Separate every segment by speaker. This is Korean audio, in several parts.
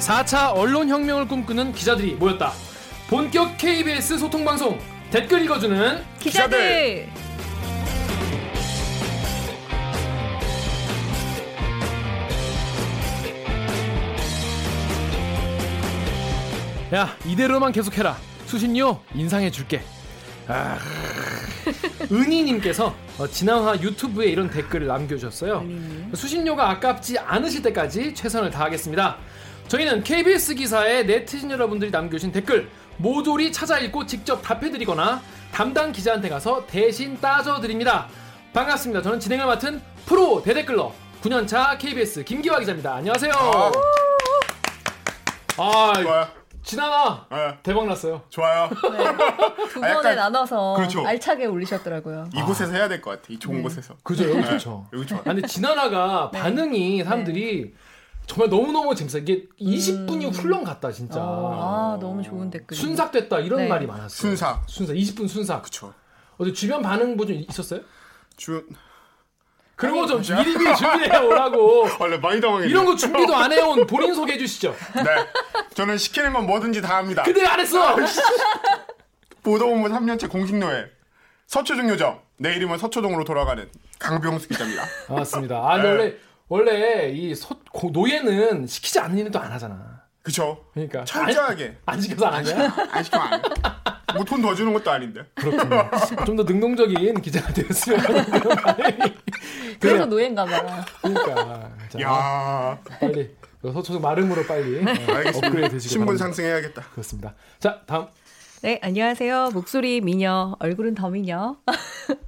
Speaker 1: 4차 언론혁명을 꿈꾸는 기자들이 모였다. 본격 KBS 소통방송 댓글 읽어주는
Speaker 2: 기자들.
Speaker 1: 야 이대로만 계속해라 수신료 인상해줄게 아... 은희님께서 어, 지난화 유튜브에 이런 댓글을 남겨주셨어요 수신료가 아깝지 않으실 때까지 최선을 다하겠습니다 저희는 KBS 기사에 네티즌 여러분들이 남겨주신 댓글 모조리 찾아 읽고 직접 답해드리거나 담당 기자한테 가서 대신 따져드립니다 반갑습니다 저는 진행을 맡은 프로 대댓글러 9년차 KBS 김기화 기자입니다 안녕하세요
Speaker 3: 아,
Speaker 1: 아
Speaker 3: 좋아요.
Speaker 1: 지난화
Speaker 3: 네,
Speaker 1: 대박 났어요
Speaker 3: 좋아요.
Speaker 2: 두
Speaker 3: 아, 약간-
Speaker 2: 번에 나눠서
Speaker 3: 그렇죠.
Speaker 2: 알차게 올리셨더라고요.
Speaker 3: 이곳에서 해야 될 것 같아. 이 좋은 곳에서.
Speaker 1: 그죠 여기 좋죠
Speaker 3: 여기 좋아.
Speaker 1: 네. 아니 지나라가 반응이 사람들이 정말 너무너무 재밌어요 이게 20분이 훌렁 갔다 진짜
Speaker 2: 아, 너무 좋은 댓글.
Speaker 1: 순삭됐다 이런
Speaker 2: 네.
Speaker 1: 말이 많았어요
Speaker 3: 순삭.
Speaker 1: 순삭 20분 순삭
Speaker 3: 그쵸.
Speaker 1: 어제 주변 반응 뭐 보좀 있었어요?
Speaker 3: 주
Speaker 1: 그런 거좀 미리미리 준비해 오라고
Speaker 3: 원래 많이 당황했네.
Speaker 1: 이런 거 준비도 안 해온 본인 소개해 주시죠
Speaker 3: 네. 저는 시키는 건 뭐든지 다 합니다.
Speaker 1: 근데 안 했어
Speaker 3: 아, 보도본부 3년째 공식노예. 서초동 요정. 내 이름은 서초동으로 돌아가는 강병수 기자입니다.
Speaker 1: 맞습니다 아 근데
Speaker 3: 네.
Speaker 1: 원래 원래 이 소, 고- 노예는 시키지 않는 일은 또 안 하잖아
Speaker 3: 그쵸.
Speaker 1: 그러니까
Speaker 3: 철저하게.
Speaker 1: 안, 안 시켜서 안 하냐?
Speaker 3: 안 시키면 안 해. 뭐돈 더 주는 것도 아닌데.
Speaker 1: 좀 더 능동적인 기자가 되었으면 하는 그런 바람이
Speaker 2: 그래서
Speaker 1: 그래요.
Speaker 2: 노예인가 봐.
Speaker 1: 그러니까 자,
Speaker 3: 야
Speaker 1: 빨리 그 서초동 마름으로 빨리 어, 업그레이드
Speaker 3: 알겠습니다.
Speaker 1: 되시길
Speaker 3: 신분
Speaker 1: 바랍니다.
Speaker 3: 상승해야겠다.
Speaker 1: 그렇습니다. 자 다음
Speaker 2: 네, 안녕하세요. 목소리 미녀, 얼굴은 더 미녀.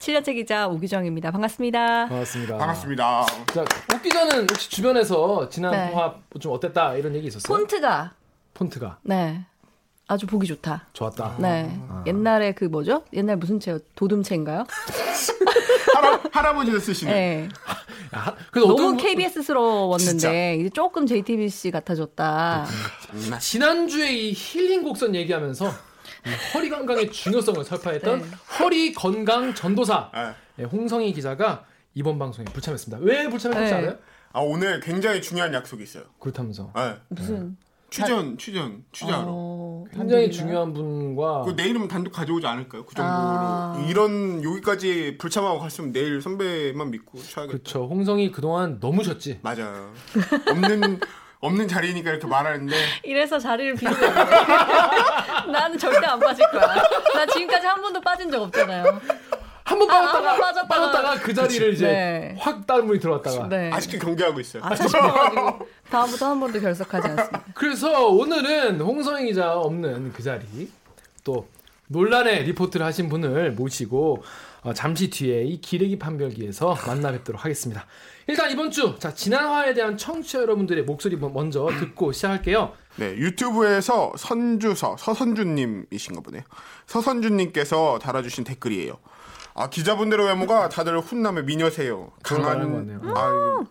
Speaker 2: 7년째 기자 오규정입니다. 반갑습니다.
Speaker 1: 반갑습니다.
Speaker 3: 반갑습니다.
Speaker 1: 자 웃기자는 혹시 주변에서 지난
Speaker 2: 네.
Speaker 1: 통화 좀 어땠다 이런 얘기 있었어요?
Speaker 2: 폰트가
Speaker 1: 폰트가
Speaker 2: 네. 아주 보기 좋다.
Speaker 1: 좋았다.
Speaker 2: 네. 옛날에 그 뭐죠? 옛날 무슨 채요? 도둠채인가요?
Speaker 3: 할아, 할아버지도 쓰시네.
Speaker 2: 네.
Speaker 1: 야, 그래서
Speaker 2: 너무
Speaker 1: 어떤 분-
Speaker 3: 진짜.
Speaker 2: KBS스러웠는데 이제 조금 JTBC 같아졌다.
Speaker 1: 지난주에 이 힐링 곡선 얘기하면서 이 허리 건강의 중요성을 설파했던
Speaker 2: 네.
Speaker 1: 허리 건강 전도사
Speaker 3: 네.
Speaker 1: 예, 홍성희 기자가 이번 방송에 불참했습니다. 왜 불참했는지
Speaker 2: 네.
Speaker 1: 알아요?
Speaker 3: 아 오늘 굉장히 중요한 약속이 있어요.
Speaker 1: 그렇다면서
Speaker 3: 네.
Speaker 2: 무슨
Speaker 3: 취전, 취전, 취재하러.
Speaker 2: 어,
Speaker 1: 굉장히
Speaker 2: 단독이나?
Speaker 1: 중요한 분과
Speaker 3: 그 내일은 단독 가져오지 않을까요? 그 정도로
Speaker 2: 아.
Speaker 3: 이런 여기까지 불참하고 갔으면 내일 선배만 믿고 쳐야겠다.
Speaker 1: 그렇죠. 홍성이 그동안 너무 졌지.
Speaker 3: 맞아요. 없는 없는 자리니까 이렇게 말하는데
Speaker 2: 이래서 자리를 비우고 있는데 나는 절대 안 빠질 거야. 나 지금까지 한 번도 빠진 적 없잖아요.
Speaker 1: 한 번 빠졌다가
Speaker 2: 아, 빠졌다가.
Speaker 1: 빠졌다가 그 자리를 이제
Speaker 2: 네.
Speaker 1: 확 다른 분이 들어왔다가.
Speaker 2: 네.
Speaker 3: 아직도 경계하고 있어요.
Speaker 2: 아쉽어가지고 다음부터 한 번도 결석하지 않습니다.
Speaker 1: 그래서 오늘은 홍성희 기자 없는 그 자리 또 논란의 리포트를 하신 분을 모시고 어, 잠시 뒤에 이 기레기 판별기에서 만나 뵙도록 하겠습니다. 일단 이번 주 자, 지난화에 대한 청취자 여러분들의 목소리 뭐 먼- 먼저 듣고 시작할게요.
Speaker 3: 네, 유튜브에서 선주서, 서선주님이신가 보네요. 서선주님께서 달아주신 댓글이에요. 아, 기자분들의 외모가 다들 훈남의 미녀세요.
Speaker 1: 그런 말하는
Speaker 3: 강한, 아유,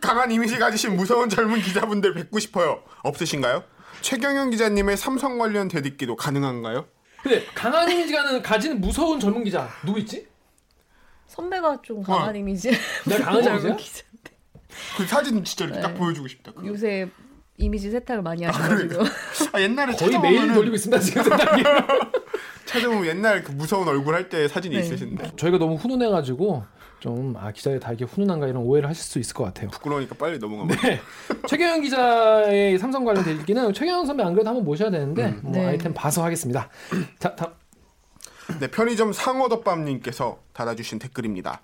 Speaker 3: 강한 이미지 가지신 무서운 젊은 기자분들 뵙고 싶어요. 없으신가요? 최경영 기자님의 삼성 관련 대듣기도 가능한가요?
Speaker 1: 근데 강한 이미지가는 가진 무서운 젊은 기자 누구 있지?
Speaker 2: 선배가 좀 강한
Speaker 4: 어.
Speaker 2: 이미지.
Speaker 4: 네,
Speaker 2: 어,
Speaker 1: 내가 강한
Speaker 2: 젊은
Speaker 1: 이미지야?
Speaker 2: 기자.
Speaker 3: 그 사진 진짜 이렇게 딱 보여주고 싶다. 그거.
Speaker 2: 요새 이미지 세탁을 많이 하셔가지고.
Speaker 4: 그러니까.
Speaker 3: 아, 옛날에
Speaker 1: 거의 매일
Speaker 3: 찾아보면은-
Speaker 1: 돌리고 있습니다 지금 생각이.
Speaker 3: 찾아보면 옛날 그 무서운 얼굴 할 때 사진이
Speaker 2: 네.
Speaker 3: 있으신데
Speaker 1: 저희가 너무 훈훈해가지고 좀 아 기자의 다 이게 훈훈한가 이런 오해를 하실 수 있을 것 같아요.
Speaker 3: 부끄러우니까 빨리 넘어가면
Speaker 1: 네. 최경영 기자의 삼성 관련 대기는 최경영 선배 안 그래도 한번 모셔야 되는데 뭐
Speaker 2: 네.
Speaker 1: 아이템 봐서 하겠습니다. 자, 다음.
Speaker 3: 네, 편의점 상어덮밥님께서 달아주신 댓글입니다.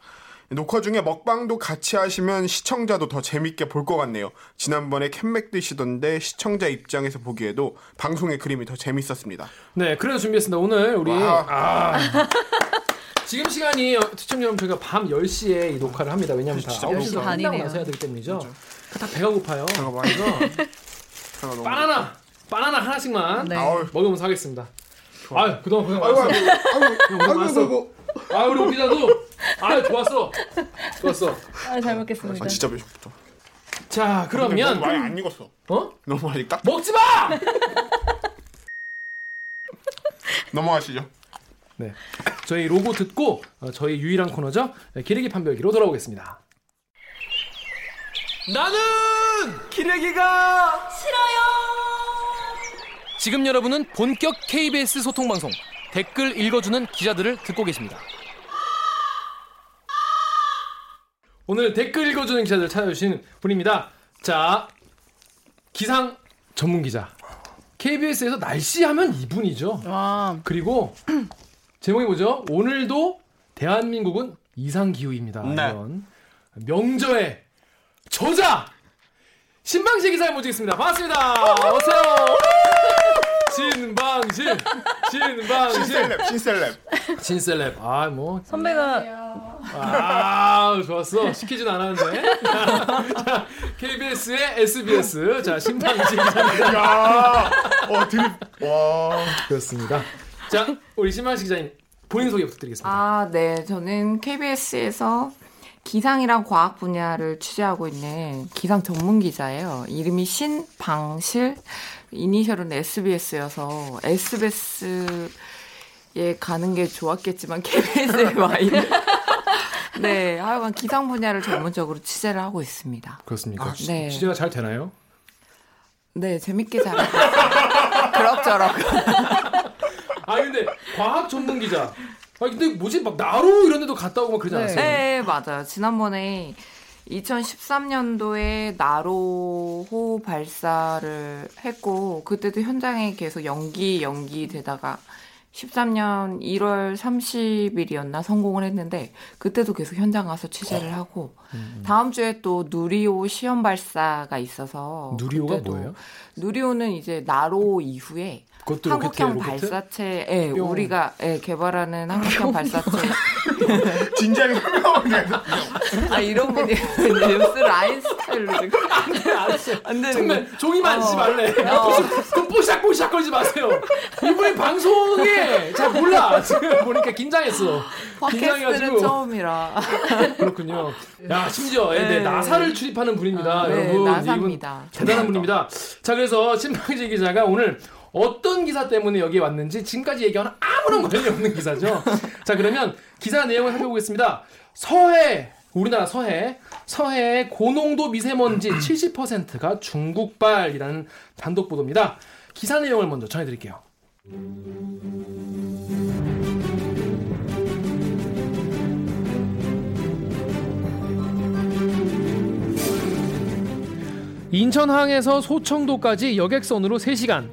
Speaker 3: 녹화 중에 먹방도 같이 하시면 시청자도 더 재밌게 볼 것 같네요. 지난번에 캔맥 드시던데 시청자 입장에서 보기에도 방송의 그림이 더 재밌었습니다.
Speaker 1: 네, 그래서 준비했습니다. 오늘 우리
Speaker 3: 와.
Speaker 1: 아. 지금 시간이 시청자 여러분 저희가 밤 10시에 이 녹화를 합니다. 왜냐면 다
Speaker 3: 진짜
Speaker 1: 9시
Speaker 3: 배고프다.
Speaker 4: 어,
Speaker 1: 반이고
Speaker 2: 반이네요.
Speaker 1: 나서 해야 되기 때문이죠. 다 배가 고파요.
Speaker 3: 잠깐만.
Speaker 1: 그래서
Speaker 3: 제가 아, 너무-
Speaker 1: 바나나 바나나 하나씩만
Speaker 2: 네.
Speaker 3: 아우,
Speaker 1: 먹으면서 하겠습니다. 아유, 그동안 고생
Speaker 3: 아이고,
Speaker 1: 많았어.
Speaker 3: 아이고, 아이고, 아이고,
Speaker 1: 왔어.
Speaker 3: 아이고.
Speaker 1: 아, 우리 오기자도 아유, 좋았어. 좋았어.
Speaker 2: 아, 잘 먹겠습니다.
Speaker 3: 아, 진짜 배고프다.
Speaker 1: 자,
Speaker 3: 너무
Speaker 1: 그러면
Speaker 3: 많이 안 익었어.
Speaker 1: 어?
Speaker 3: 너무 많이 딱
Speaker 1: 먹지 마!
Speaker 3: 넘어가시죠.
Speaker 1: 네. 저희 로고 듣고 어, 저희 유일한 코너죠. 네, 기르기 판별기로 돌아오겠습니다. 나는 여러분!
Speaker 4: 기레기가
Speaker 1: 지금 여러분은 본격 KBS 소통 방송 댓글 읽어주는 기자들을 듣고 계십니다. 오늘 댓글 읽어주는 기자들 찾아주신 분입니다. 자, 기상 전문 기자. KBS에서 날씨 하면 이분이죠.
Speaker 2: 와,
Speaker 1: 그리고 제목이 뭐죠? 오늘도 대한민국은 이상 기후입니다.
Speaker 3: 네.
Speaker 1: 이런 명저의 저자 신방실 기사를 모시겠습니다. 반갑습니다. 어서 오세요. 신방실, 신방실,
Speaker 3: 신셀렙 신셀렙
Speaker 1: 신셀렙. 아 뭐,
Speaker 4: 어.
Speaker 2: 선배가
Speaker 1: 아 좋았어. 시키진 않았는데. 자, KBS의 SBS, 자 신방실 기자입니다.
Speaker 3: 야, 어 드립 와
Speaker 1: 그렇습니다. 자 우리 신방실 기자님 본인 소개 부탁드리겠습니다.
Speaker 4: 아, 네. 저는 KBS에서 기상이랑 과학 분야를 취재하고 있는 기상 전문 기자예요. 이름이 신방실, 이니셜은 SBS여서 SBS에 가는 게 좋았겠지만 KBS에 와 있는. 네, 하여간 기상 분야를 전문적으로 취재를 하고 있습니다.
Speaker 1: 그렇습니까?
Speaker 3: 아,
Speaker 4: 네.
Speaker 1: 취재가 잘 되나요?
Speaker 4: 네, 재밌게 잘하고 있어요. 그럭저럭.
Speaker 1: 아 근데 과학 전문 기자. 아 근데 뭐지 막 나로 이런 데도 갔다 오고 막 그러지
Speaker 2: 네.
Speaker 1: 않았어요?
Speaker 4: 네, 맞아요. 지난번에 2013년도에 나로호 발사를 했고 그때도 현장에 계속 연기 연기 되다가 13년 1월 30일이었나 성공을 했는데 그때도 계속 현장 가서
Speaker 1: 어.
Speaker 4: 취재를 하고 다음 주에 또 누리호 시험 발사가 있어서
Speaker 1: 누리호가
Speaker 4: 그때도
Speaker 1: 뭐예요?
Speaker 4: 누리호는 이제 나로 이후에
Speaker 1: 그것도 로켓이에요,
Speaker 4: 한국형
Speaker 1: 로켓?
Speaker 4: 발사체, 예,
Speaker 1: 뿅.
Speaker 4: 우리가 예, 개발하는 한국형 발사체
Speaker 3: 진작에 설명하네
Speaker 4: 아 이런 분이 뉴스 라인 스타일로 지금
Speaker 1: 안
Speaker 4: 되는
Speaker 1: 네, 정말 어. 종이만 안 쓰지 말래. 그 뽀샥뽀샥 거리지 마세요. 이분이 방송에 잘 몰라. 지금 보니까 긴장했어.
Speaker 4: 팟캐스트는
Speaker 1: 긴장해가지고
Speaker 4: 처음이라
Speaker 1: 그렇군요. 야 심지어 예, 네, 나사를 출입하는 분입니다,
Speaker 4: 아, 네,
Speaker 1: 여러분.
Speaker 4: 나사입니다.
Speaker 1: 이분 대단한 분입니다. 자 그래서 신방지 기자가 오늘 어떤 기사 때문에 여기 에 왔는지 지금까지 얘기하는 아무런 관련이 없는 기사죠. 자 그러면 기사 내용을 살펴보겠습니다. 서해 우리나라 서해 서해의 고농도 미세먼지 70%가 중국발이라는 단독 보도입니다. 기사 내용을 먼저 전해드릴게요. 인천항에서 소청도까지 여객선으로 3시간,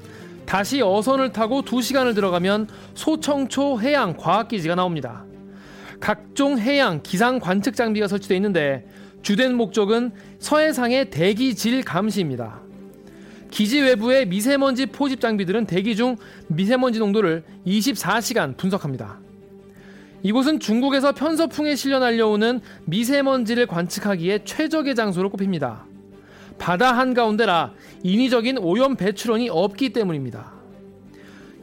Speaker 1: 다시 어선을 타고 2시간을 들어가면 소청초 해양 과학기지가 나옵니다. 각종 해양 기상 관측 장비가 설치되어 있는데 주된 목적은 서해상의 대기 질 감시입니다. 기지 외부의 미세먼지 포집 장비들은 대기 중 미세먼지 농도를 24시간 분석합니다. 이곳은 중국에서 편서풍에 실려 날려오는 미세먼지를 관측하기에 최적의 장소로 꼽힙니다. 바다 한가운데라 인위적인 오염 배출원이 없기 때문입니다.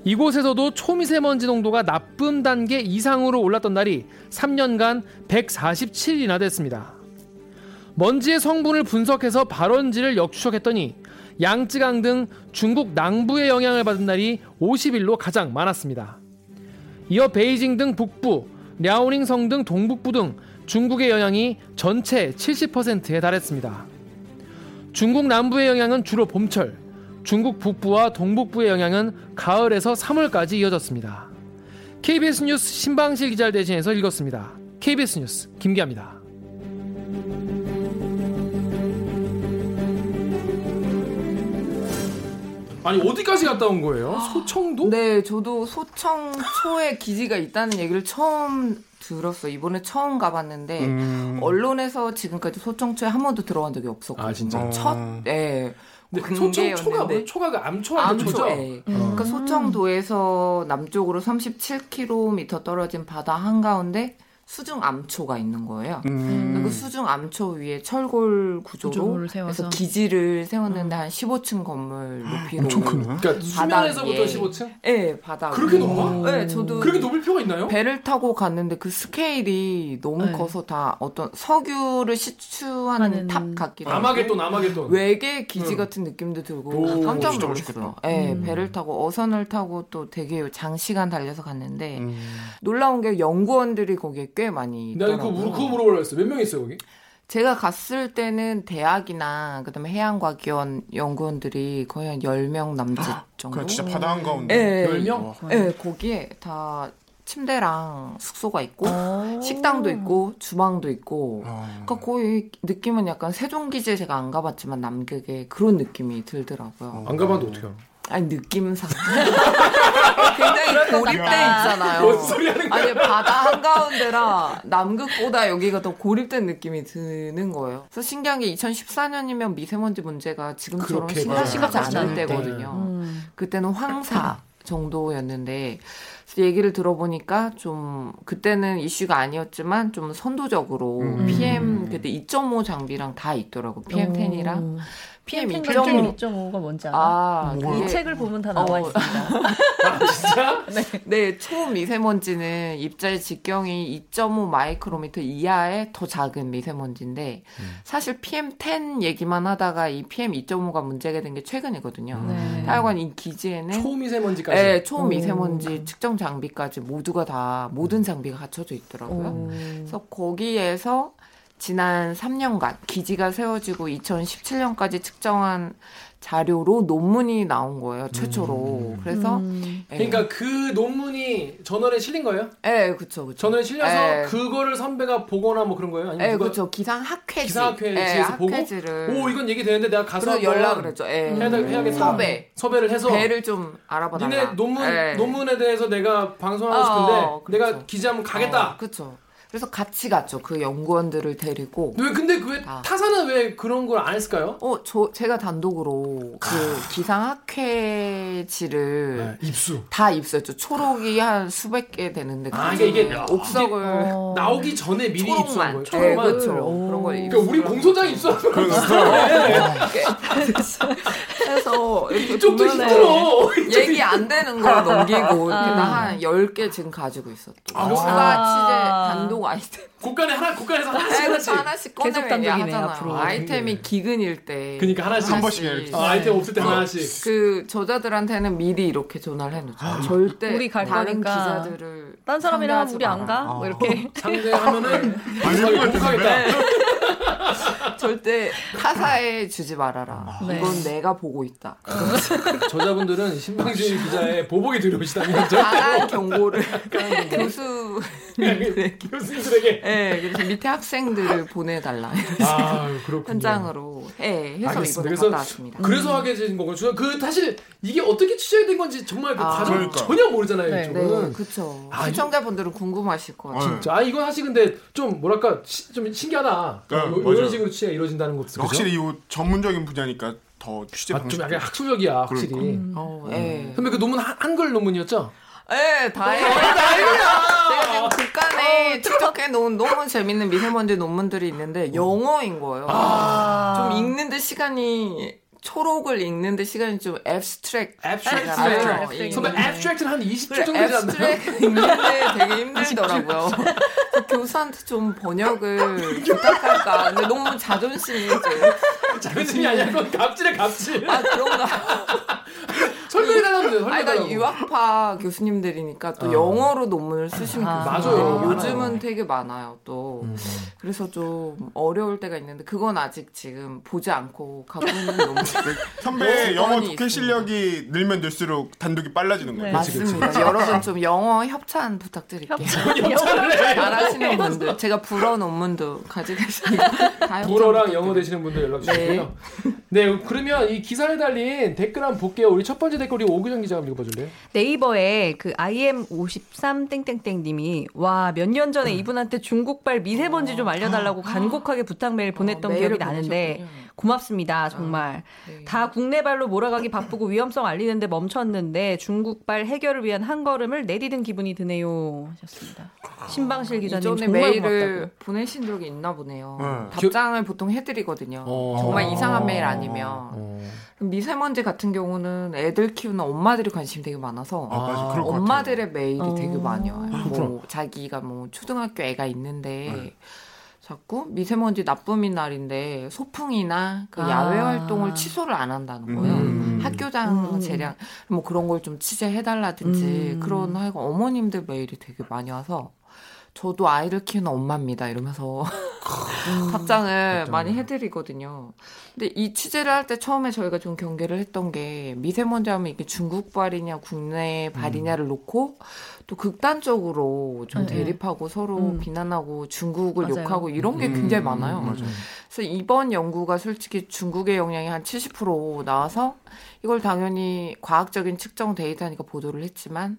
Speaker 1: 이곳에서도 초미세먼지 농도가 나쁨 단계 이상으로 올랐던 날이 3년간 147일이나 됐습니다. 먼지의 성분을 분석해서 발원지를 역추적했더니 양쯔강 등 중국 남부의 영향을 받은 날이 50일로 가장 많았습니다. 이어 베이징 등 북부, 랴오닝성 등 동북부 등 중국의 영향이 전체 70%에 달했습니다. 중국 남부의 영향은 주로 봄철, 중국 북부와 동북부의 영향은 가을에서 3월까지 이어졌습니다. KBS 뉴스 신방실 기자를 대신해서 읽었습니다. KBS 뉴스 김기아입니다. 아니 어디까지 갔다 온 거예요? 소청도?
Speaker 4: 네 저도 소청 초에 기지가 있다는 얘기를 처음 들었어 요 이번에 처음 가봤는데
Speaker 3: 음.
Speaker 4: 언론에서 지금까지 소청 초에 한 번도 들어간 적이 없었고
Speaker 1: 아 진짜.
Speaker 3: 어.
Speaker 4: 첫 예.
Speaker 1: 근데
Speaker 4: 공개였는데
Speaker 1: 소청 초가 뭐 초가 그 암초한테
Speaker 4: 암초.
Speaker 1: 초죠?
Speaker 4: 예.
Speaker 2: 음.
Speaker 4: 그러니까 소청도에서 남쪽으로 37km 떨어진 바다 한가운데 수중 암초가 있는 거예요.
Speaker 3: 음.
Speaker 4: 그 수중 암초 위에 철골 구조로
Speaker 2: 구조를 세워서.
Speaker 4: 해서 기지를 세웠는데 한 15층 건물 높이로
Speaker 3: 엄청 크네
Speaker 1: 그러니까 수면에서부터
Speaker 4: 바닥 위에.
Speaker 1: 15층?
Speaker 4: 네, 바다.
Speaker 1: 그렇게
Speaker 4: 위에.
Speaker 1: 높아?
Speaker 4: 네, 저도
Speaker 1: 그렇게 높일 필요가 있나요?
Speaker 4: 배를 타고 갔는데 그 스케일이 너무
Speaker 2: 네.
Speaker 4: 커서 다 어떤 석유를 시추하는
Speaker 2: 하는-
Speaker 4: 탑 같기도 하고
Speaker 1: 남아겟돈 남아겟돈.
Speaker 4: 외계 기지
Speaker 1: 응.
Speaker 4: 같은 느낌도 들고
Speaker 1: 오,
Speaker 4: 깜짝
Speaker 3: 진짜
Speaker 4: 놀랐어요.
Speaker 3: 멋있겠다.
Speaker 4: 예,
Speaker 2: 음.
Speaker 4: 배를 타고 어선을 타고 또 되게 장시간 달려서 갔는데
Speaker 3: 음.
Speaker 4: 놀라운 게 연구원들이 거기에 꽤 많이
Speaker 1: 나 그거,
Speaker 4: 있더라고요.
Speaker 1: 물- 그거 물어보려고 했어. 몇 명 있어요, 거기?
Speaker 4: 제가 갔을 때는 대학이나 그다음에 해양과기원 연구원들이 거의 한 10명 남짓 정도.
Speaker 3: 아, 그냥 그렇죠. 진짜 네, 바다 한가운데.
Speaker 4: 예, 예.
Speaker 1: 10명?
Speaker 4: 예, 거기에 다 침대랑 숙소가 있고
Speaker 3: 아.
Speaker 2: 어.
Speaker 4: 식당도 있고 주방도 있고
Speaker 3: 어.
Speaker 4: 그러니까 거의 느낌은 약간 세종기지에 제가 안 가봤지만 남극의 그런 느낌이 들더라고요.
Speaker 1: 안 가봤는데 어떻게 알아?
Speaker 4: 아니 느낌상 굉장히 고립돼 있잖아요.
Speaker 1: 뭔 소리 하는 거야?
Speaker 4: 아니 바다 한가운데라 남극보다 여기가 더 고립된 느낌이 드는 거예요. 그래서 신기한 게 2014년이면 미세먼지 문제가 지금처럼
Speaker 1: 그렇게
Speaker 4: 심각하지
Speaker 2: 많지
Speaker 4: 않을
Speaker 2: 않을 때. 음.
Speaker 4: 때거든요. 그때는 황사 정도였는데 그래서 얘기를 들어보니까 좀 그때는 이슈가 아니었지만 좀 선도적으로
Speaker 3: 음.
Speaker 4: PM 그때 2.5 장비랑 다 있더라고 PM10이랑 PM
Speaker 2: PM
Speaker 4: 2.5
Speaker 2: 2.5가 뭔지 알아?
Speaker 4: 어. 아,
Speaker 3: 뭐야?
Speaker 2: 이
Speaker 4: 그게
Speaker 2: 책을 보면 다
Speaker 4: 어.
Speaker 2: 나와 있습니다.
Speaker 1: 아, 진짜?
Speaker 4: 네, 초미세먼지는 입자의 직경이 2.5 마이크로미터 이하의 더 작은 미세먼지인데
Speaker 1: 음.
Speaker 4: 사실 PM10 얘기만 하다가 이 PM2.5가 문제가 된 게 최근이거든요.
Speaker 2: 네.
Speaker 4: 하여간 이 기지에는
Speaker 1: 음. 초미세먼지까지.
Speaker 4: 네, 초미세먼지 측정 장비까지 모두가 다
Speaker 1: 음.
Speaker 4: 모든 장비가 갖춰져 있더라고요. 그래서 거기에서 지난 3년간 기지가 세워지고 2017년까지 측정한 자료로 논문이 나온 거예요, 최초로. 그래서
Speaker 2: 음.
Speaker 4: 예.
Speaker 1: 그러니까 그 논문이 저널에 실린 거예요?
Speaker 4: 예, 그쵸, 그쵸.
Speaker 1: 저널에 실려서
Speaker 4: 예.
Speaker 1: 그거를 선배가 보거나 뭐 그런 거예요? 아니면
Speaker 4: 예,
Speaker 1: 누가
Speaker 4: 그쵸. 기상학회지. 예,
Speaker 1: 기상학회에서 보고
Speaker 4: 학회지를.
Speaker 1: 오 이건 얘기 되는데 내가 가서
Speaker 4: 그래서
Speaker 1: 한번
Speaker 4: 연락을 했죠. 예.
Speaker 1: 해야 되- 해야겠다.
Speaker 4: 섭외.
Speaker 1: 섭외를 해서
Speaker 4: 배를 좀 알아봐 달라.
Speaker 1: 니네 논문
Speaker 4: 예.
Speaker 1: 논문에 대해서 내가 방송하고 싶은데
Speaker 4: 어, 그렇죠.
Speaker 1: 내가 기자면 가겠다.
Speaker 4: 어, 그쵸. 그래서 같이 갔죠. 그 연구원들을 데리고.
Speaker 1: 왜 근데 그왜
Speaker 4: 아.
Speaker 1: 타사는 왜 그런 걸 안 했을까요?
Speaker 4: 어, 저, 제가 단독으로 그 기상학회지를
Speaker 1: 네, 입수
Speaker 4: 다 입수했죠. 초록이 한 수백 개 되는데.
Speaker 1: 아,
Speaker 4: 그중에
Speaker 1: 이게- 이게-
Speaker 4: 옥석을.
Speaker 2: 어.
Speaker 1: 나오기 전에 미리 입수한 거예요.
Speaker 4: 초록만. 네,
Speaker 1: 초록만.
Speaker 4: 그렇죠.
Speaker 2: 오.
Speaker 4: 그런 걸
Speaker 1: 그러니까 우리
Speaker 4: 입수를
Speaker 1: 공소장 입수하는 거
Speaker 4: 해서 이렇게
Speaker 1: 이쪽도
Speaker 4: 보면은
Speaker 1: 힘들어.
Speaker 4: 얘기 안 되는
Speaker 2: 아.
Speaker 4: 걸 넘기고 이렇게 나한 10개 지금 가지고 있었죠.
Speaker 1: 아,
Speaker 4: 누가
Speaker 2: 아.
Speaker 4: 취재 단독 아이템.
Speaker 1: 국간에 하나 국간에서 하나씩
Speaker 4: 네,
Speaker 1: 아,
Speaker 4: 그래서
Speaker 1: 하나씩.
Speaker 4: 그렇죠. 하나씩
Speaker 2: 계속
Speaker 4: 꺼내면
Speaker 2: 단독이네,
Speaker 4: 얘기하잖아요.
Speaker 2: 앞으로.
Speaker 4: 아이템이 기근일 때.
Speaker 1: 그러니까 하나씩.
Speaker 3: 한 번씩 이렇게.
Speaker 1: 아, 아이템 없을 때
Speaker 4: 네.
Speaker 1: 하나씩.
Speaker 4: 그 저자들한테는 미리 이렇게 전화를
Speaker 1: 아.
Speaker 4: 해놓죠. 절대
Speaker 2: 우리 갈
Speaker 4: 다른
Speaker 2: 거니까.
Speaker 4: 기자들을
Speaker 2: 딴 사람이랑 하면
Speaker 4: 상대하지
Speaker 2: 우리 안
Speaker 4: 마라.
Speaker 2: 가? 뭐 이렇게.
Speaker 1: 상대하면은
Speaker 3: 아니,
Speaker 1: 못
Speaker 3: 네.
Speaker 1: 가겠다.
Speaker 4: 절대 타사에 주지 말아라.
Speaker 2: 네.
Speaker 4: 이건 내가 보고 있다.
Speaker 1: 저자분들은 신방주의 기자의 보복이 두려우시다면 저
Speaker 4: 강한 경고를
Speaker 2: 그러니까.
Speaker 4: 교수,
Speaker 1: 교수님들에게.
Speaker 4: 예, 그래서 밑에 학생들을 보내달라
Speaker 1: 아 그렇군요.
Speaker 4: 현장으로 예, 해서
Speaker 1: 알겠습니다.
Speaker 4: 이번에
Speaker 1: 그래서
Speaker 4: 갔다 왔습니다.
Speaker 1: 그래서 하게 된 거고 저그 사실 이게 어떻게 취재된 건지 정말 그
Speaker 4: 아.
Speaker 1: 과정 을
Speaker 3: 그러니까.
Speaker 1: 전혀 모르잖아요.
Speaker 2: 네.
Speaker 4: 네,
Speaker 1: 이쪽은.
Speaker 4: 그렇죠.
Speaker 1: 아,
Speaker 4: 시청자분들은 궁금하실 것 같아요.
Speaker 3: 네.
Speaker 1: 자, 아 이건 사실 근데 좀 뭐랄까 시- 좀 신기하다.
Speaker 3: 네,
Speaker 1: 요-
Speaker 3: 맞아요.
Speaker 1: 이런 식으로 취재 이루어진다는 것도
Speaker 3: 확실히 이 전문적인 분야니까 더 취재
Speaker 1: 아, 좀
Speaker 3: 방식.
Speaker 1: 약간 학술적이야
Speaker 3: 그러니까.
Speaker 1: 확실히.
Speaker 4: 어, 예.
Speaker 1: 선배 그 논문 한, 한글 논문이었죠?
Speaker 4: 예, 다행이에요. 제가 지금 국간에 축적해 놓은 너무 재밌는 미세먼지 논문들이 있는데 영어인 거예요. 좀 읽는데 시간이 초록을 읽는데 시간이 좀 앱스트랙.
Speaker 1: 앱스트랙트.
Speaker 4: 아, 예.
Speaker 1: 선배
Speaker 2: 네.
Speaker 1: 앱스트랙트는 한 20초 정도 되지 않나요?
Speaker 4: 앱스트랙 읽는데 되게 힘들더라고요. 그래서 교수한테 좀 번역을 부탁할까. 근데 너무 자존심이 좀.
Speaker 1: 자존심이 아니야. 그건 갑질에 갑질.
Speaker 4: 아, 그런가.
Speaker 1: 설명해달라면 돼요.
Speaker 4: 아니, 나
Speaker 1: 설명해달라고. 아.
Speaker 4: 유학파 교수님들이니까 또 영어로 논문을 쓰시는
Speaker 2: 아, 음.
Speaker 4: 교수님.
Speaker 1: 맞아요.
Speaker 4: 요즘은
Speaker 1: 많아요.
Speaker 4: 되게 많아요, 또. 그래서 좀 어려울 때가 있는데, 그건 아직 지금 보지 않고 가고 있는
Speaker 1: 네.
Speaker 4: 논문.
Speaker 3: 그 선배 영어
Speaker 4: 뭐 습관이
Speaker 3: 독해
Speaker 4: 있습니다.
Speaker 3: 실력이 늘면 늘수록 단독이 빨라지는 거예요.
Speaker 2: 네.
Speaker 1: 그치, 그치.
Speaker 4: 맞습니다. 여러분 좀 영어 협찬 부탁드릴게요. 잘하시는 분들, 제가 불어 논문도 가지고 있으니까 다 협찬
Speaker 1: 불어랑
Speaker 4: 부탁드려요.
Speaker 1: 영어 되시는 분들 연락 주시고요. 네. 그러면 이 기사에 달린 댓글 한번 볼게요. 우리 첫 번째 댓글 우리 오규정 기자가 한번 읽어봐줄래요?
Speaker 2: 네이버에 그 IM53 땡땡땡님이 와 몇 년 전에
Speaker 4: 음.
Speaker 2: 이분한테 중국발 미세먼지 좀 알려달라고 간곡하게 부탁 메일 보냈던
Speaker 4: 아. 어,
Speaker 2: 기억이
Speaker 4: 메일을
Speaker 2: 나는데
Speaker 4: 보내셨군요.
Speaker 2: 고맙습니다 정말
Speaker 4: 네.
Speaker 2: 다 국내발로 몰아가기 바쁘고 위험성 알리는데 멈췄는데 중국발 해결을 위한 한 걸음을 내디딘 기분이 드네요 하셨습니다. 신방실 네, 기자님
Speaker 4: 아, 이전에
Speaker 2: 정말
Speaker 4: 메일을
Speaker 2: 고맙다고.
Speaker 4: 보내신 적이 있나 보네요.
Speaker 3: 네.
Speaker 4: 답장을 보통 해드리거든요.
Speaker 1: 어.
Speaker 4: 정말 이상한 메일
Speaker 1: 어.
Speaker 4: 아니면 미세먼지 같은 경우는 애들 키우는 엄마들이 관심이 되게 많아서
Speaker 3: 아, 맞아. 그럴 것 같아요. 아,
Speaker 4: 엄마들의 메일이
Speaker 2: 어.
Speaker 4: 되게 많이 와요.
Speaker 3: 그럼. 네.
Speaker 4: 뭐 자기가 뭐 초등학교 애가 있는데 자꾸 미세먼지 나쁨인 날인데 소풍이나 그
Speaker 2: 아.
Speaker 4: 야외 활동을 취소를 안 한다는 거예요.
Speaker 3: 음.
Speaker 4: 학교장
Speaker 2: 음.
Speaker 4: 재량 뭐 그런 걸 좀 취재해달라든지
Speaker 2: 음.
Speaker 4: 그런 하여간 어머님들 메일이 되게 많이 와서 저도 아이를 키우는 엄마입니다 이러면서 답장을 많이 해드리거든요. 근데 이 취재를 할 때 처음에 저희가 좀 경계를 했던 게 미세먼지 하면 이게 중국 발이냐 국내 발이냐를 놓고 또 극단적으로 좀
Speaker 2: 네, 네.
Speaker 4: 대립하고 서로
Speaker 2: 음.
Speaker 4: 비난하고 중국을
Speaker 2: 맞아요.
Speaker 4: 욕하고 이런 게
Speaker 3: 음,
Speaker 4: 굉장히
Speaker 3: 음,
Speaker 4: 많아요.
Speaker 3: 맞아요.
Speaker 4: 그래서 이번 연구가 솔직히 중국의 영향이 한 70% 나와서 이걸 당연히 과학적인 측정 데이터니까 보도를 했지만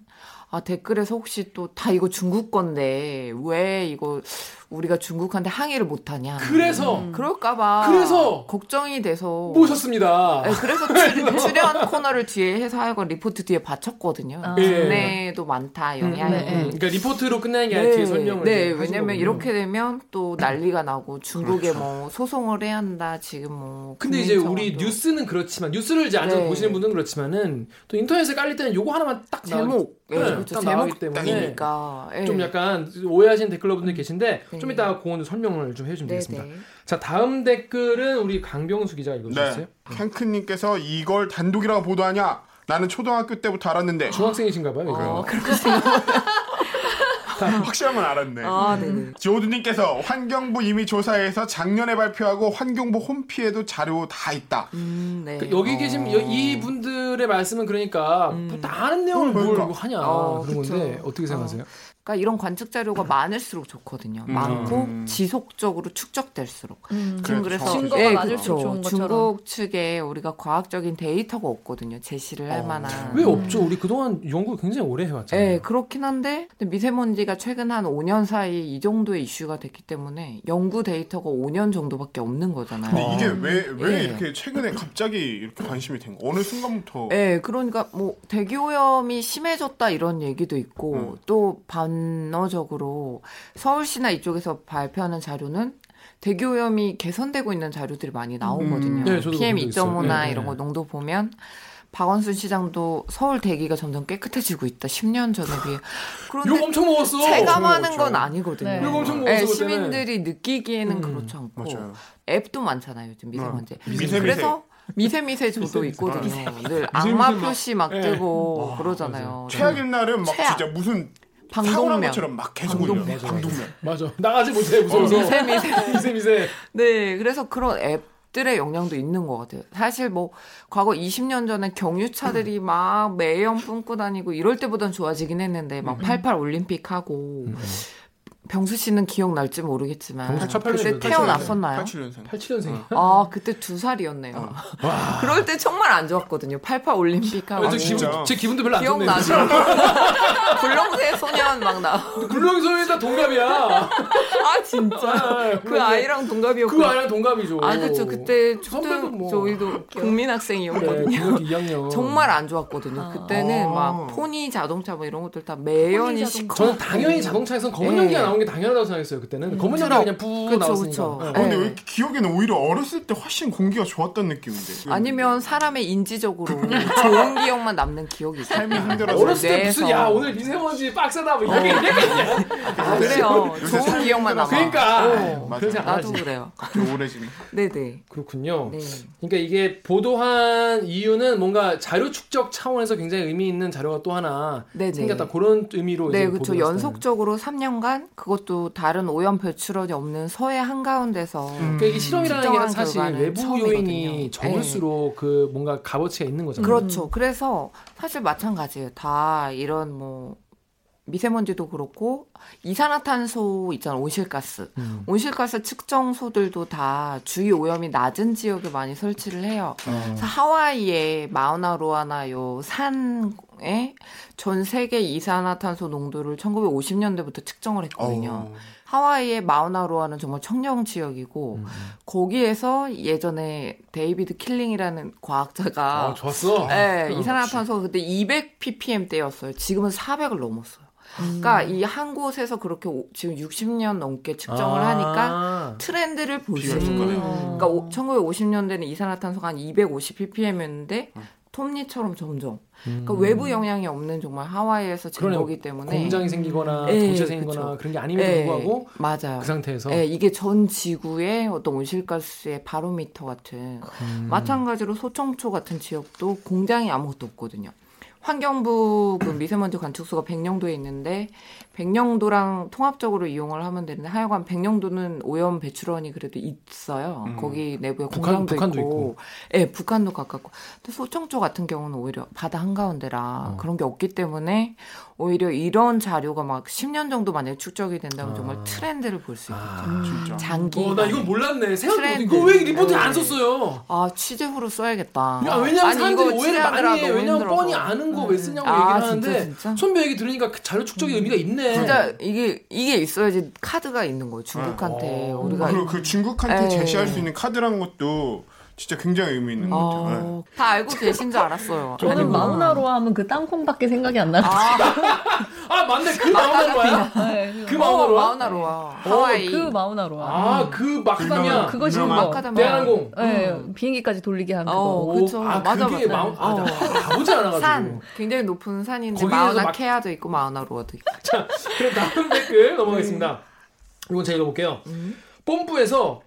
Speaker 4: 아 댓글에서 혹시 또 다 이거 중국 건데 왜 이거 우리가 중국한테 항의를 못하냐 음,
Speaker 1: 그래서
Speaker 4: 그럴까봐
Speaker 1: 그래서
Speaker 4: 걱정이 돼서
Speaker 1: 모셨습니다.
Speaker 4: 네, 그래서 출- 출연 코너를 뒤에 해서 하여간 리포트 뒤에 받쳤거든요.
Speaker 2: 아.
Speaker 1: 예.
Speaker 4: 국내도 많다 영향이.
Speaker 2: 네, 네.
Speaker 1: 그러니까 리포트로 끝나는 게 아니라 뒤에 설명을
Speaker 4: 네,
Speaker 1: 이제 하신
Speaker 4: 왜냐면
Speaker 1: 거군요. 음.
Speaker 4: 이렇게 되면 또 난리가 나고 중국에
Speaker 3: 그렇죠.
Speaker 4: 뭐 소송을 해야 한다 지금 뭐.
Speaker 1: 근데 이제 우리
Speaker 4: 국민청원도.
Speaker 1: 뉴스는 그렇지만 뉴스를 이제 앉아서
Speaker 4: 네.
Speaker 1: 보시는 분은 그렇지만은 또 인터넷에 깔릴 때는 요거 하나만 딱 나와-
Speaker 4: 제목, 예,
Speaker 1: 네,
Speaker 4: 그렇죠.
Speaker 1: 딱 나오기
Speaker 4: 제목
Speaker 1: 때문에
Speaker 4: 때문이니까 예.
Speaker 1: 네. 좀 약간 오해하시는 댓글러 분들 계신데 좀
Speaker 4: 네.
Speaker 1: 이따 고건 설명을 좀 해주시면
Speaker 4: 네,
Speaker 1: 되겠습니다.
Speaker 4: 네.
Speaker 1: 자 다음 댓글은 우리 강병수 기자가 읽어주셨어요. 음.
Speaker 3: 네. 캔크님께서 이걸 단독이라고 보도하냐? 나는 초등학교 때부터 알았는데
Speaker 1: 중학생이신가 봐요.
Speaker 4: 어,
Speaker 1: 이거.
Speaker 4: 그렇게 생각.
Speaker 3: 확실한 건 알았네.
Speaker 4: 아, 네네.
Speaker 3: 지오드님께서 환경부 이미 조사해서 작년에 발표하고 환경부 홈피에도 자료 다 있다.
Speaker 4: 음, 네.
Speaker 1: 그 여기 계신 여- 이 분들의 말씀은 그러니까 뭐 다른 내용을 뭘
Speaker 3: 그러니까.
Speaker 1: 하냐
Speaker 4: 어,
Speaker 1: 그런
Speaker 4: 음. 그쵸.
Speaker 1: 건데 어떻게 생각하세요?
Speaker 4: 그러니까 이런 관측 자료가
Speaker 1: 음.
Speaker 4: 많을수록 좋거든요.
Speaker 3: 음.
Speaker 4: 많고
Speaker 3: 음.
Speaker 4: 지속적으로 축적될수록.
Speaker 2: 음.
Speaker 4: 지금
Speaker 3: 그렇죠.
Speaker 4: 그래서
Speaker 3: 증거가
Speaker 4: 예,
Speaker 2: 많을수록
Speaker 4: 그렇죠.
Speaker 2: 좋은 것처럼.
Speaker 4: 중국 측에 우리가 과학적인 데이터가 없거든요. 제시를 할
Speaker 3: 어.
Speaker 4: 만한.
Speaker 1: 왜 없죠? 우리 그동안 연구 를 굉장히 오래 해왔잖아요.
Speaker 4: 예, 그렇긴 한데 근데 미세먼지가 최근 한 5년 사이 이 정도의 이슈가 됐기 때문에 연구 데이터가 5년 정도밖에 없는 거잖아요.
Speaker 3: 근데 이게 왜 왜
Speaker 4: 예.
Speaker 3: 이렇게 최근에 갑자기 이렇게 관심이 된 거? 어느 순간부터
Speaker 4: 예, 그러니까 뭐 대기 오염이 심해졌다 이런 얘기도 있고
Speaker 3: 음.
Speaker 4: 또 반어적으로 서울시나 이쪽에서 발표하는 자료는 대기 오염이 개선되고 있는 자료들이 많이 나오거든요.
Speaker 3: 음.
Speaker 1: 네, 저도
Speaker 4: PM
Speaker 1: 그런 거 있어요.
Speaker 4: 2.5나
Speaker 1: 네,
Speaker 4: 이런
Speaker 1: 네.
Speaker 4: 거 농도 보면 박원순 시장도 서울 대기가 점점 깨끗해지고 있다. 10년 전에 비해.
Speaker 1: 욕
Speaker 4: 그런데
Speaker 1: 엄청 먹었어.
Speaker 4: 제가 하는
Speaker 3: 먹었죠.
Speaker 4: 건
Speaker 1: 그렇죠.
Speaker 4: 아니거든요.
Speaker 2: 네.
Speaker 1: 욕 엄청
Speaker 4: 예,
Speaker 1: 먹었어. 그때는.
Speaker 4: 시민들이 느끼기에는
Speaker 1: 음,
Speaker 4: 그렇지 않고
Speaker 3: 맞아요.
Speaker 4: 앱도 많잖아요 요즘 미세먼지.
Speaker 3: 미세미세.
Speaker 4: 그래서 미세미세 저도 있거든요. 늘 악마 표시 막
Speaker 1: 예.
Speaker 4: 뜨고
Speaker 3: 와,
Speaker 4: 그러잖아요.
Speaker 3: 최악인 날은 막
Speaker 4: 최악.
Speaker 3: 진짜 무슨 사고 난
Speaker 4: 방독면.
Speaker 3: 것처럼 막 계속
Speaker 4: 방독면.
Speaker 3: 올려. 방독면.
Speaker 1: 맞아. 나가지 못해 무서워서.
Speaker 4: 어, 미세미세.
Speaker 1: 미세 미세.
Speaker 4: 네, 그래서 그런 앱들의 영향도 있는 것 같아요. 사실 뭐 과거 20년 전에 경유차들이 막 매연 뿜고 다니고 이럴 때보단 좋아지긴 했는데 막 88 올림픽 하고 병수 씨는 기억날지 모르겠지만
Speaker 1: 병수 차
Speaker 4: 그때
Speaker 1: 팔팔
Speaker 4: 태어났었나요?
Speaker 3: 87년생.
Speaker 1: 87년생이야.
Speaker 4: 아, 그때 두 살이었네요. 그럴 때 정말 안 좋았거든요. 88 올림픽 하고.
Speaker 1: 아, 제, 기분,
Speaker 3: 진짜.
Speaker 1: 제 기분도 별로 안 좋네.
Speaker 4: 기억나죠? 불렁새 소년 막 나.
Speaker 1: 불렁소년이다 동갑이야.
Speaker 4: 아, 진짜.
Speaker 1: 아,
Speaker 4: 그 아이랑 동갑이었고.
Speaker 1: 그 아이랑 동갑이죠.
Speaker 4: 아, 그쵸. 그때
Speaker 1: 선배도
Speaker 4: 초등,
Speaker 1: 뭐.
Speaker 4: 저희도
Speaker 1: 그래,
Speaker 4: 국민학생이었거든요.
Speaker 1: 네, 중학교 2학년.
Speaker 4: 정말 안 좋았거든요.
Speaker 2: 아.
Speaker 4: 그때는 막 포니 자동차 뭐 이런 것들 다 매연이
Speaker 2: 포니
Speaker 4: 시커.
Speaker 1: 저는 당연히 자동차에선 검은
Speaker 4: 예.
Speaker 1: 연기가 나온 게 당연하다고 생각했어요. 그때는 검은 연기가 그냥 부
Speaker 4: 음, 그쵸,
Speaker 1: 나왔으니까.
Speaker 4: 그쵸.
Speaker 1: 예.
Speaker 3: 아, 근데
Speaker 4: 네.
Speaker 3: 왜 이렇게 기억에는 오히려 어렸을 때 훨씬 공기가 좋았던 느낌인데.
Speaker 4: 아니면 사람의 인지적으로 좋은 기억만 남는 기억이 있어요.
Speaker 3: 삶이 힘들어서.
Speaker 1: 어렸을 때 무슨
Speaker 4: 뇌에서. 어,
Speaker 1: 야 오늘 미세먼지 빡세다 뭐 이렇게 얘기했냐.
Speaker 4: 그래요.
Speaker 3: 요새
Speaker 4: 좋은
Speaker 3: 삶이
Speaker 4: 기억만 남아.
Speaker 1: 그러니까
Speaker 4: 어.
Speaker 3: 맞아.
Speaker 1: 그러지 않아.
Speaker 4: 나도 그래요.
Speaker 3: 갑자기 우울해지네.
Speaker 4: 네네.
Speaker 1: 그렇군요.
Speaker 4: 네.
Speaker 1: 그러니까 이게 보도한 이유는 뭔가 자료 축적 차원에서 굉장히 의미 있는 자료가 또 하나
Speaker 4: 네네.
Speaker 1: 생겼다 그런 의미로
Speaker 4: 네,
Speaker 1: 이제
Speaker 4: 그렇죠.
Speaker 1: 보도를
Speaker 4: 연속적으로 3년간 그것도 다른 오염 배출원이 없는 서해 한가운데서
Speaker 1: 했어요. 그러니까 이게 실험이라는 게
Speaker 4: 측정한
Speaker 1: 사실
Speaker 4: 음, 결과는
Speaker 1: 외부 요인이
Speaker 4: 처음이거든요. 네.
Speaker 1: 적을수록 그 뭔가 값어치가 있는 거잖아요. 음.
Speaker 4: 그렇죠. 그래서 사실 마찬가지예요. 다 이런 뭐 미세먼지도 그렇고 이산화탄소 있잖아요. 온실가스.
Speaker 1: 음.
Speaker 4: 온실가스 측정소들도 다 주위 오염이 낮은 지역에 많이 설치를 해요. 그래서 하와이의 마우나로아나 요 산에 전 세계 이산화탄소 농도를 1950년대부터 측정을 했거든요.
Speaker 3: 어.
Speaker 4: 하와이의 마우나로아는 정말 청정
Speaker 1: 어,
Speaker 4: 지역이고
Speaker 1: 음.
Speaker 4: 거기에서 예전에 데이비드 킬링이라는 과학자가
Speaker 1: 아, 좋았어.
Speaker 4: 예, 이산화탄소가 그때 200 ppm 대였어요. 지금은 400을 넘었어요. 그러니까
Speaker 1: 음.
Speaker 4: 이 한 곳에서 그렇게 오- 지금 60년 넘게 측정을
Speaker 1: 아.
Speaker 4: 하니까 트렌드를 볼 수
Speaker 3: 비교할
Speaker 4: 있는
Speaker 3: 수가
Speaker 4: 거예요.
Speaker 3: 있네요.
Speaker 4: 그러니까 1950년대는 이산화탄소가 한 250 ppm였는데
Speaker 1: 음.
Speaker 4: 톱니처럼 점점 그러니까 외부 영향이 없는 정말 하와이에서
Speaker 1: 그러네요.
Speaker 4: 제목이기 때문에
Speaker 1: 음. 공장이 생기거나
Speaker 4: 예,
Speaker 1: 도시가 생기거나
Speaker 4: 그쵸.
Speaker 1: 그런 게 아님에도
Speaker 4: 예,
Speaker 1: 불구하고
Speaker 4: 맞아요.
Speaker 1: 그 상태에서
Speaker 4: 예, 이게 전 지구의 어떤 온실가스의
Speaker 1: 음.
Speaker 4: 바로미터 같은 마찬가지로 소청초 같은 지역도 공장이 아무것도 없거든요. 환경부 그 미세먼지 관측소가 백령도에 있는데 백령도랑 통합적으로 이용을 하면 되는데 하여간 백령도는 오염 배출원이 그래도 있어요.
Speaker 3: 음.
Speaker 4: 거기 내부에
Speaker 1: 북한-
Speaker 4: 공장도
Speaker 1: 북한도 있고.
Speaker 4: 있고, 예, 북한도 가깝고. 근데 소청초 같은 경우는 오히려 바다 한가운데라
Speaker 1: 어.
Speaker 4: 그런 게 없기 때문에 오히려 이런 자료가 막 10년 정도 만약에 축적이 된다면
Speaker 1: 아.
Speaker 4: 정말 트렌드를 볼 수 있죠.
Speaker 1: 아.
Speaker 3: 진짜.
Speaker 4: 장기.
Speaker 1: 어, 나 이거 몰랐네. 생각도
Speaker 4: 트렌드.
Speaker 1: 이거 왜 리포트 안
Speaker 4: 네.
Speaker 1: 썼어요?
Speaker 4: 아 취재후로 써야겠다.
Speaker 1: 야, 왜냐면
Speaker 4: 아니,
Speaker 1: 사람들이
Speaker 4: 이거
Speaker 1: 오해를 많이 해.
Speaker 4: 취재하느라
Speaker 1: 왜냐면
Speaker 4: 너무
Speaker 1: 뻔히
Speaker 4: 힘들어서.
Speaker 1: 아는 거 왜 쓰냐고
Speaker 4: 아,
Speaker 1: 얘기를
Speaker 4: 진짜,
Speaker 1: 하는데
Speaker 4: 진짜?
Speaker 1: 선배 얘기 들으니까 그 자료 축적의 의미가 있네.
Speaker 4: 진짜 이게 이게 있어야지 카드가 있는 거예요 중국한테
Speaker 1: 어.
Speaker 4: 우리가
Speaker 3: 그리고 그 중국한테
Speaker 4: 네.
Speaker 3: 제시할 수 있는 카드라는 것도 진짜 굉장히 의미 있는 것 같아요. 네.
Speaker 4: 어, 다 알고 계신 줄 알았어요.
Speaker 5: 저는 마우나로아 하면 그 땅콩밖에 생각이 안 나요.
Speaker 1: 아 맞네 그 나오는
Speaker 4: 아,
Speaker 1: 거야. 그 어, 마오나로아.
Speaker 4: 어, 마우나로아 네. 하와이
Speaker 5: 그 마우나로아.
Speaker 1: 아그 막상이야.
Speaker 5: 그거 지금
Speaker 3: 유명한-
Speaker 5: 뭐
Speaker 4: 아카다미아. 음.
Speaker 1: 대한항공.
Speaker 5: 네, 비행기까지 돌리게 한
Speaker 4: 어,
Speaker 5: 그거.
Speaker 4: 그쵸.
Speaker 1: 아
Speaker 4: 맞아,
Speaker 1: 그게
Speaker 4: 맞아. 어.
Speaker 1: 마음 아, 나 가보지 않아가지고.
Speaker 4: 산 굉장히 높은 산인데
Speaker 1: 거기에서
Speaker 4: 마우나
Speaker 1: 막-
Speaker 4: 케아도 있고 마우나로아도 있고
Speaker 1: 자, 그럼 다음 댓글 넘어가겠습니다. 이건 제가 읽어볼게요.
Speaker 4: 음.
Speaker 1: 뽐뿌에서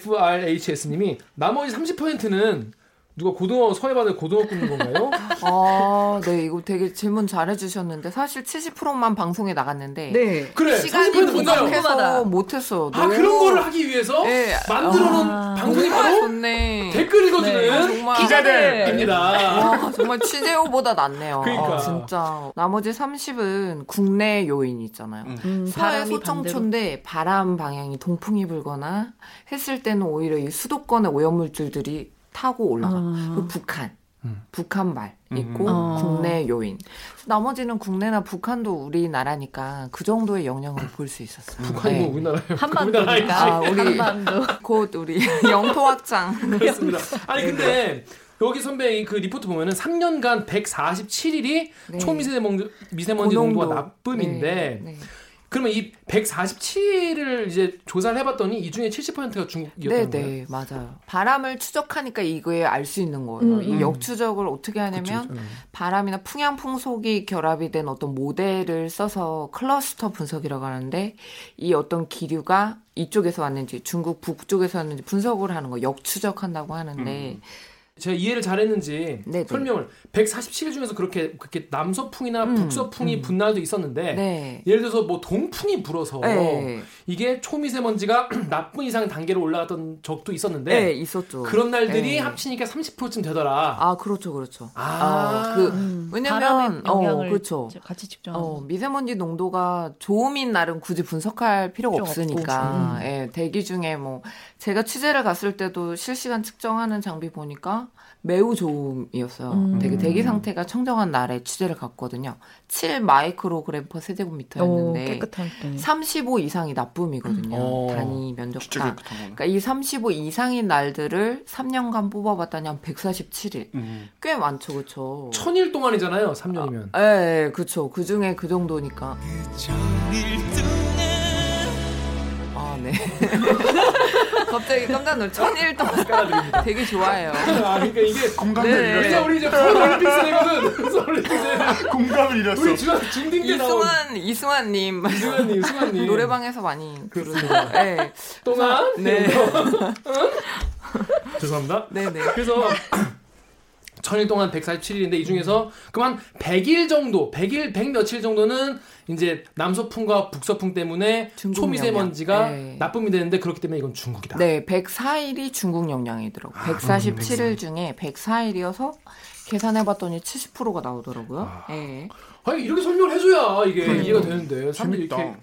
Speaker 1: POCIFRHS님이 나머지 30%는 누가 고등어 서해바다 고등어 굽는 건가요?
Speaker 4: 아, 네 이거 되게 질문 잘해주셨는데 사실 70%만 방송에 나갔는데
Speaker 2: 네.
Speaker 1: 그래,
Speaker 4: 시간이
Speaker 1: 30% 뭔가요?
Speaker 4: 부족해서 못했어요.
Speaker 1: 아 그런 네. 거를 하기 위해서
Speaker 4: 예.
Speaker 1: 만들어놓은
Speaker 5: 아.
Speaker 1: 방송이
Speaker 4: 정말
Speaker 1: 바로
Speaker 4: 좋네.
Speaker 1: 댓글 읽어주는
Speaker 4: 정말
Speaker 5: 기자들!
Speaker 1: 입니다.
Speaker 4: 아, 정말 취재호보다 낫네요.
Speaker 1: 그러니까.
Speaker 4: 아, 진짜. 나머지 30은 국내 요인이 있잖아요.
Speaker 5: 음,
Speaker 4: 사회
Speaker 5: 바람이 반대로.
Speaker 4: 소청초인데 바람 방향이 동풍이 불거나 했을 때는 오히려 이 수도권의 오염물질들이 타고 올라가.
Speaker 5: 아.
Speaker 4: 그 북한.
Speaker 1: 음.
Speaker 4: 북한말 있고
Speaker 5: 음.
Speaker 4: 국내 요인 나머지는 국내나 북한도 우리나라니까 그 정도의 영향을 볼 수 있었어요.
Speaker 1: 북한이 뭐
Speaker 4: 네.
Speaker 1: 우리나라예요.
Speaker 5: 한반도니까.
Speaker 4: 아, 우리
Speaker 5: 한반도.
Speaker 4: 곧 우리 영토 확장
Speaker 1: 그렇습니다. 아니
Speaker 4: 네.
Speaker 1: 근데 여기 선배의 그 리포트 보면은 3년간 147일이
Speaker 4: 네.
Speaker 1: 초미세먼지 미세먼지 농도가 나쁨인데
Speaker 4: 네, 네.
Speaker 1: 그러면 이 147을 이제 조사를 해봤더니 이 중에 70%가 중국이었다는
Speaker 4: 네,
Speaker 1: 거예요.
Speaker 4: 네, 맞아요. 바람을 추적하니까 이거에 알 수 있는 거예요.
Speaker 5: 음,
Speaker 4: 이 역추적을 어떻게 하냐면
Speaker 1: 그쵸, 네. 그쵸.
Speaker 4: 바람이나 풍향 풍속이 결합이 된 어떤 모델을 써서 클러스터 분석이라고 하는데 이 어떤 기류가 이쪽에서 왔는지 중국 북쪽에서 왔는지 분석을 하는 거 역추적한다고 하는데
Speaker 1: 음. 제가 이해를 잘했는지
Speaker 4: 네, 네.
Speaker 1: 설명을 147일 중에서 그렇게 그렇게 남서풍이나
Speaker 4: 음,
Speaker 1: 북서풍이
Speaker 4: 음.
Speaker 1: 분날도 있었는데
Speaker 4: 네.
Speaker 1: 예를 들어서 뭐 동풍이 불어서
Speaker 4: 네.
Speaker 1: 이게 초미세먼지가 나쁜 이상 단계로 올라갔던 적도 있었는데
Speaker 4: 네, 있었죠.
Speaker 1: 그런 날들이
Speaker 4: 네.
Speaker 1: 합치니까 30%쯤 되더라.
Speaker 4: 아, 그렇죠, 그렇죠.
Speaker 1: 아.
Speaker 4: 그
Speaker 5: 음,
Speaker 4: 왜냐면
Speaker 5: 바람의 영향을
Speaker 4: 어, 그렇죠.
Speaker 5: 같이 측정하는.
Speaker 4: 어, 미세먼지 농도가 좋음인 날은 굳이 분석할 필요가
Speaker 5: 필요가
Speaker 4: 없으니까. 예, 대기 중에 뭐 제가 취재를 갔을 때도 실시간 측정하는 장비 보니까 매우 좋음이었어요.
Speaker 5: 음.
Speaker 4: 되게 대기 상태가 청정한 날에 취재를 갔거든요. 7 마이크로그램 퍼
Speaker 5: 오,
Speaker 4: 세제곱미터였는데
Speaker 5: 깨끗할 때.
Speaker 4: 35 이상이 나쁨이거든요.
Speaker 1: 어.
Speaker 4: 단위
Speaker 3: 진짜
Speaker 4: 면적당.
Speaker 3: 깨끗한 거네.
Speaker 4: 그러니까 이 35 이상인 날들을 3년간 뽑아봤다니 한 147일.
Speaker 3: 음.
Speaker 4: 꽤 많죠, 그렇죠?
Speaker 1: 천일 동안이잖아요. 3년이면.
Speaker 4: 예, 예, 그쵸. 그 중에 그 정도니까. 아, 네. 갑자기 깜짝 놀 천일 동안
Speaker 1: 깔아드립니다.
Speaker 4: 되게 좋아해요.
Speaker 1: 아, 그러니까 이게
Speaker 3: 공감을
Speaker 4: 네.
Speaker 1: 그래서
Speaker 3: 잃었어.
Speaker 1: 우리 이제 서울올림픽스거든. 서울올림픽스.
Speaker 3: 공감을
Speaker 1: 우리
Speaker 3: 잃었어.
Speaker 1: 중간 중딩 때 나온
Speaker 4: 이승환, 이승환님.
Speaker 1: 승환님, 승환님.
Speaker 4: 노래방에서 많이 부르죠.
Speaker 1: 그렇습니다.
Speaker 4: 예.
Speaker 1: 동안.
Speaker 4: 네.
Speaker 1: 죄송합니다.
Speaker 4: 네네.
Speaker 1: 그래서 천일 동안 147일인데 이 중에서 그만 100일 정도, 100일, 100 며칠 정도는 이제 남서풍과 북서풍 때문에
Speaker 4: 중국
Speaker 1: 초미세먼지가
Speaker 4: 영향. 네.
Speaker 1: 나쁨이 되는데 그렇기 때문에 이건 중국이다.
Speaker 4: 네, 104일이 중국
Speaker 1: 아,
Speaker 4: 영향이더라고요. 147일 중에 104일이어서 계산해봤더니 70%가 나오더라고요.
Speaker 1: 아,
Speaker 4: 예.
Speaker 1: 아니 이렇게 설명을 해줘야 이게
Speaker 3: 그러니까.
Speaker 1: 이해가 되는데 사람들이
Speaker 3: 재밌다.
Speaker 1: 이렇게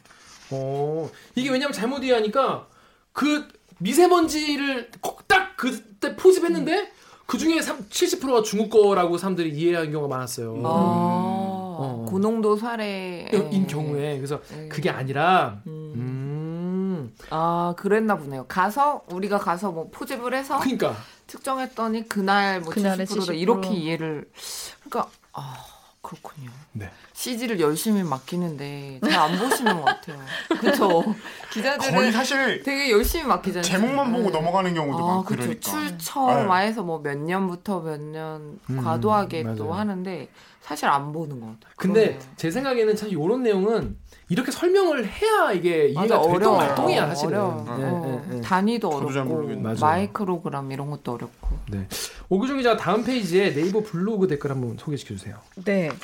Speaker 1: 어 이게 왜냐면 잘못 이해하니까 그 미세먼지를 딱 그때
Speaker 4: 음.
Speaker 1: 포집했는데 그 중에 70%가 중국 거라고 사람들이 이해한 경우가 많았어요.
Speaker 4: 아, 고농도 사례.
Speaker 1: 음. 인 경우에 그래서
Speaker 4: 예.
Speaker 1: 그게 아니라
Speaker 4: 음.
Speaker 1: 음
Speaker 4: 아, 그랬나 보네요. 가서 우리가 가서 뭐 포집을 해서
Speaker 1: 그러니까
Speaker 4: 특정했더니 그날 뭐
Speaker 5: 그날의
Speaker 4: 70%다
Speaker 5: 70%.
Speaker 4: 이렇게 이해를 그러니까 아, 그렇군요.
Speaker 1: 네.
Speaker 4: CG를 열심히 맡기는데 잘 안 보시는 것 같아요. 그렇죠.
Speaker 3: 거의
Speaker 4: 기자들은
Speaker 3: 사실
Speaker 4: 되게 열심히 맡기잖아요.
Speaker 3: 제목만 보고 넘어가는 경우도
Speaker 4: 네. 아,
Speaker 3: 많고
Speaker 4: 그렇죠.
Speaker 3: 그러니까.
Speaker 4: 출처마에서 뭐 몇 년부터 몇 년
Speaker 1: 음,
Speaker 4: 과도하게
Speaker 1: 맞아요.
Speaker 4: 또 하는데 사실 안 보는 것 같아요.
Speaker 1: 근데
Speaker 4: 그러네요.
Speaker 1: 제 생각에는 참 이런 내용은 이렇게 설명을 해야 이게 이해가
Speaker 4: 맞아,
Speaker 1: 되던
Speaker 4: 어려워요.
Speaker 1: 활동이야 사실은
Speaker 4: 어려워요.
Speaker 1: 예,
Speaker 4: 어,
Speaker 1: 예, 예.
Speaker 4: 단위도
Speaker 3: 저도 잘
Speaker 4: 어렵고
Speaker 3: 모르겠는데.
Speaker 1: 맞아요.
Speaker 4: 마이크로그램 이런 것도 어렵고
Speaker 1: 네. 오규정 기자 다음 페이지에 네이버 블로그 댓글 한번 소개시켜 주세요.
Speaker 2: 네.